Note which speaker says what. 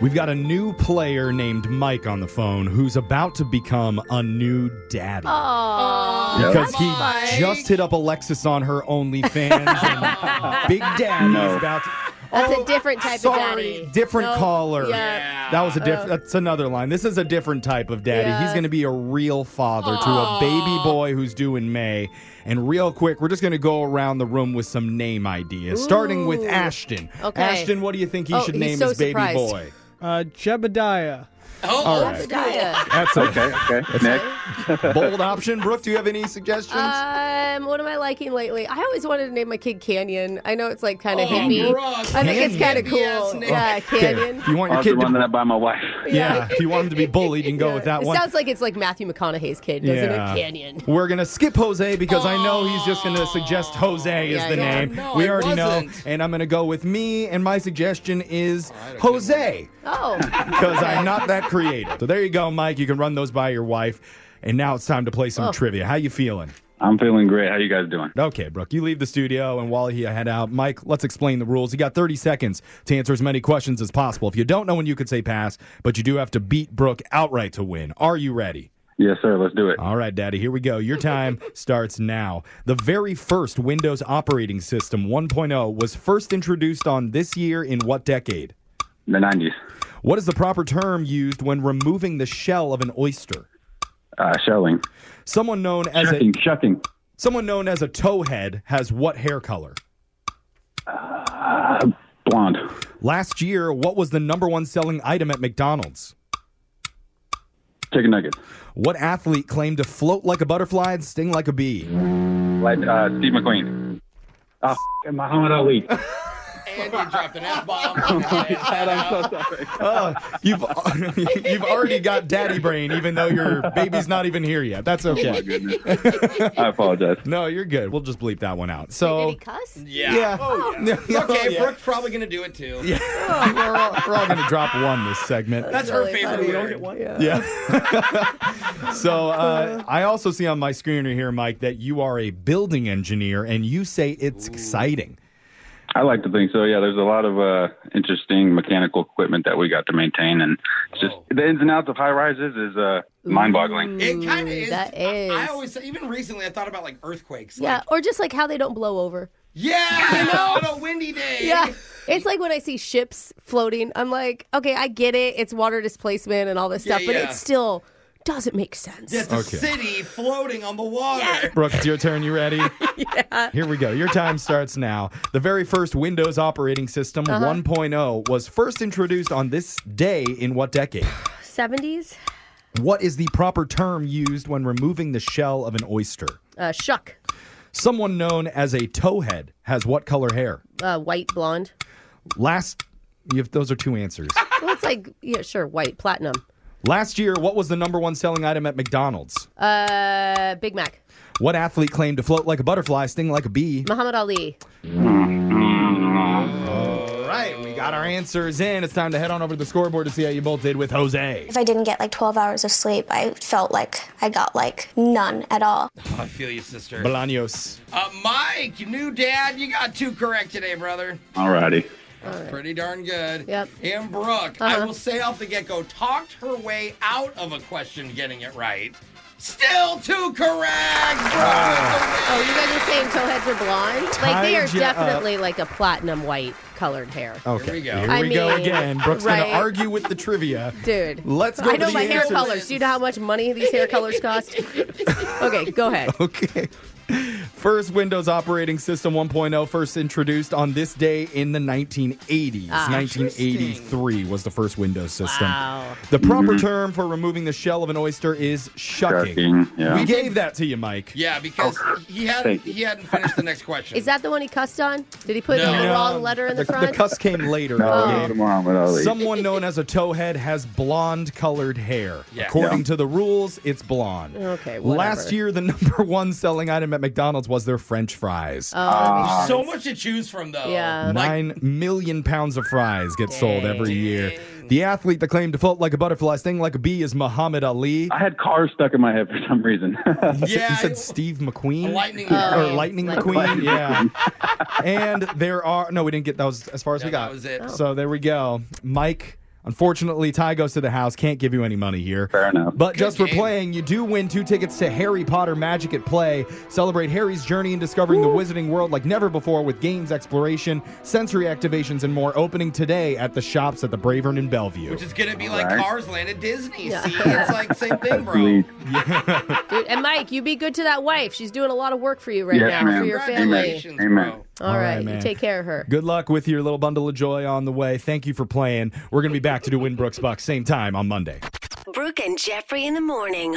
Speaker 1: We've got a new player named Mike on the phone who's about to become a new daddy. because he just hit up Alexis on her OnlyFans. and Big Daddy is about to.
Speaker 2: That's
Speaker 1: Oh,
Speaker 2: a different type
Speaker 1: sorry,
Speaker 2: of daddy.
Speaker 1: Different
Speaker 2: No,
Speaker 1: caller.
Speaker 2: yeah.
Speaker 1: That was a different. That's another line. This is a different type of daddy.
Speaker 2: Yeah.
Speaker 1: He's going to be a real father to a baby boy who's due in May. And real quick, we're just going to go around the room with some name ideas, starting with
Speaker 2: Ooh.
Speaker 1: Ashton.
Speaker 2: Okay.
Speaker 1: Ashton, what do you think he
Speaker 2: Oh,
Speaker 1: should
Speaker 2: he's
Speaker 1: name
Speaker 2: so
Speaker 1: his baby
Speaker 2: surprised.
Speaker 1: boy?
Speaker 3: Uh, Jebediah.
Speaker 1: All right.
Speaker 2: Diet.
Speaker 1: That's a
Speaker 4: Okay, okay. Nick.
Speaker 1: bold option. Brooke, do you have any suggestions?
Speaker 2: Um, what am I liking lately? I always wanted to name my kid Canyon. I know it's like kind of hippie. I think it's kind
Speaker 1: Oh,
Speaker 2: of
Speaker 1: Canyon.
Speaker 2: cool. Yeah,
Speaker 1: Oh, Okay,
Speaker 2: Canyon.
Speaker 1: If you want your
Speaker 4: I'll do
Speaker 1: kid
Speaker 4: one
Speaker 1: to,
Speaker 4: that I buy my wife.
Speaker 1: yeah, if you want him to be bullied, you can go with that
Speaker 2: it
Speaker 1: one.
Speaker 2: sounds like it's like Matthew McConaughey's kid, doesn't
Speaker 1: Yeah.
Speaker 2: it? Canyon.
Speaker 1: We're gonna skip Jose because I know he's just gonna suggest Jose is
Speaker 2: Yeah,
Speaker 1: the
Speaker 2: yeah.
Speaker 1: name. we already know, and I'm gonna go with me. And my suggestion
Speaker 4: Oh,
Speaker 1: is Jose
Speaker 2: Oh,
Speaker 1: because I'm not that creative. So there you go, Mike. You can run those by your wife. And now it's time to play
Speaker 2: Oh.
Speaker 1: some trivia. How you feeling?
Speaker 4: I'm feeling great. How you guys doing?
Speaker 1: Okay, Brooke, you leave the studio, and while he head out, Mike, let's explain the rules. You got 30 seconds to answer as many questions as possible. If you don't know when you could say pass, but you do have to beat Brooke outright to win. Are you ready?
Speaker 4: Yes, sir. Let's do it.
Speaker 1: All right, Daddy, here we go. Your time starts now. The very first Windows operating system 1.0 was first introduced on this year in what decade?
Speaker 4: The 90s.
Speaker 1: What is the proper term used when removing the shell of an oyster?
Speaker 4: Uh, shelling.
Speaker 1: Someone known as a
Speaker 4: Shucking. Shucking.
Speaker 1: someone known as a towhead has what hair color?
Speaker 4: Uh, Blonde.
Speaker 1: Last year, what was the number one selling item at McDonald's?
Speaker 4: Chicken nuggets.
Speaker 1: What athlete claimed to float like a butterfly and sting like a bee?
Speaker 4: Like uh, Steve McQueen. Oh, f- Muhammad Ali.
Speaker 1: Uh, you've you've already got daddy brain, even though your baby's not even here yet. That's okay.
Speaker 4: I apologize.
Speaker 1: No, you're good. We'll just bleep that one out.
Speaker 2: did
Speaker 1: So
Speaker 2: he cuss?
Speaker 5: Yeah.
Speaker 1: It's
Speaker 5: Okay,
Speaker 1: yeah.
Speaker 5: Brooke's probably gonna do it too.
Speaker 1: Yeah. we're, all, we're all gonna drop one this segment.
Speaker 5: That's her favorite word.
Speaker 1: yeah. so uh, I also see on my screener here, Mike, that you are a building engineer, and you say it's exciting.
Speaker 4: I like to think so. Yeah, there's a lot of uh, interesting mechanical equipment that we got to maintain, and it's
Speaker 1: Oh.
Speaker 4: just the ins and outs of high rises is uh,
Speaker 1: Mm.
Speaker 4: mind-boggling.
Speaker 5: It kind
Speaker 2: Ooh,
Speaker 5: of is.
Speaker 2: that
Speaker 5: I
Speaker 2: is.
Speaker 5: always say, even recently I thought about like earthquakes.
Speaker 2: Yeah,
Speaker 5: Like,
Speaker 2: or just like how they don't blow over.
Speaker 5: yeah. On a windy day.
Speaker 2: Yeah. It's like when I see ships floating, I'm like, okay, I get it. It's water displacement and all this
Speaker 5: Yeah,
Speaker 2: stuff, but
Speaker 5: yeah.
Speaker 2: it's still doesn't make sense.
Speaker 5: Just a
Speaker 1: Okay.
Speaker 5: city floating on the water.
Speaker 1: Brooke, it's your turn. You ready? Here we go. Your time starts now. The very first Windows operating system, 1.0, was first introduced on this day in what decade?
Speaker 2: 70s?
Speaker 1: What is the proper term used when removing the shell of an oyster?
Speaker 2: Uh, shuck.
Speaker 1: Someone known as a towhead has what color hair?
Speaker 2: Uh, white, blonde.
Speaker 1: Last, if those are two answers.
Speaker 2: Well, it's like, yeah, sure, white, platinum.
Speaker 1: Last year, what was the number one selling item at McDonald's?
Speaker 2: Uh, Big Mac.
Speaker 1: What athlete claimed to float like a butterfly, sting like a bee?
Speaker 2: Muhammad Ali.
Speaker 1: All right, we got our answers in. It's time to head on over to the scoreboard to see how you both did with Jose.
Speaker 6: If I didn't get like 12 hours of sleep, I felt like I got like none at all.
Speaker 5: I feel you, sister.
Speaker 1: Bolaños.
Speaker 5: Uh, Mike, you new dad, you got two correct today, brother.
Speaker 4: Alrighty.
Speaker 5: That's pretty darn good.
Speaker 2: Yep. Uh-huh.
Speaker 5: And Brooke, I will say off the get go, talked her way out of a question getting it right. Still two correct.
Speaker 2: Oh,
Speaker 5: Brooke,
Speaker 2: you guys are saying towheads are blonde? like, they
Speaker 1: Tied
Speaker 2: are
Speaker 1: ya up. Oh.
Speaker 2: definitely like a platinum white colored hair.
Speaker 1: Okay,
Speaker 5: Here we go.
Speaker 1: Here
Speaker 2: I
Speaker 1: we go
Speaker 2: mean,
Speaker 1: again. Brooke's
Speaker 2: right?
Speaker 1: going to argue with the trivia.
Speaker 2: Dude.
Speaker 1: Let's go
Speaker 2: I
Speaker 1: to
Speaker 2: know
Speaker 1: the
Speaker 2: my hair
Speaker 1: answers.
Speaker 2: colors. Do you know how much money these hair colors cost? okay, go ahead.
Speaker 1: Okay. First Windows operating system 1.0 first introduced on this day in the 1980s.
Speaker 2: Ah.
Speaker 1: 1983 was the first Windows system.
Speaker 2: Wow.
Speaker 1: The proper term for removing the shell of an oyster is shucking.
Speaker 4: Shucking, yeah.
Speaker 1: We gave that to you, Mike.
Speaker 5: Yeah, because he hadn't
Speaker 4: Thank you.
Speaker 5: he hadn't finished the next question.
Speaker 2: Is that the one he cussed on? Did he put
Speaker 5: No.
Speaker 2: the
Speaker 5: No.
Speaker 2: wrong letter in the,
Speaker 1: the,
Speaker 2: front?
Speaker 1: cuss came later. in the
Speaker 4: Oh,
Speaker 1: game.
Speaker 4: Muhammad Ali.
Speaker 1: Someone known as a towhead has blonde colored hair.
Speaker 5: Yeah.
Speaker 1: According
Speaker 4: Yeah.
Speaker 1: to the rules, it's blonde.
Speaker 2: Okay, whatever.
Speaker 1: Last year, the number one selling item at McDonald's was their French fries.
Speaker 2: Oh, that makes sense.
Speaker 5: so much to choose from though?
Speaker 2: Yeah.
Speaker 1: Nine million pounds of fries get sold every year. The athlete that claimed to float like a butterfly, sting like a bee, is Muhammad Ali.
Speaker 4: I had cars stuck in my head for some reason.
Speaker 1: He
Speaker 5: Yeah.
Speaker 1: said Steve McQueen.
Speaker 5: Lightning
Speaker 1: or
Speaker 5: McQueen.
Speaker 1: Lightning
Speaker 2: Lightning
Speaker 1: McQueen, yeah. and there are no, we didn't get those as far as we
Speaker 5: that
Speaker 1: got.
Speaker 5: was
Speaker 2: Oh.
Speaker 5: it.
Speaker 1: So there we go, Mike. Unfortunately, Ty goes to the house. Can't give you any money here.
Speaker 4: Fair enough.
Speaker 1: But just for
Speaker 5: game.
Speaker 1: playing, you do win two tickets to Harry Potter Magic at Play. Celebrate Harry's journey in discovering the Wizarding World like never before with games, exploration, sensory activations, and more. Opening today at the shops at the Bravern in Bellevue.
Speaker 5: Which is gonna be like
Speaker 4: Alright.
Speaker 5: Cars Land at Disney. See, it's like same thing, bro.
Speaker 4: Sweet.
Speaker 2: Dude, and Mike, you be good to that wife. She's doing a lot of work for you right
Speaker 4: Yes,
Speaker 2: now,
Speaker 4: ma'am.
Speaker 2: for your family.
Speaker 5: Congratulations,
Speaker 4: Amen.
Speaker 5: bro.
Speaker 2: All
Speaker 1: All
Speaker 2: right,
Speaker 1: right, man.
Speaker 2: you take care of her.
Speaker 1: Good luck with your little bundle of joy on the way. Thank you for playing. We're going to be back to do Winbrooks Bucks same time on Monday.
Speaker 7: Brooke and Jeffrey in the morning.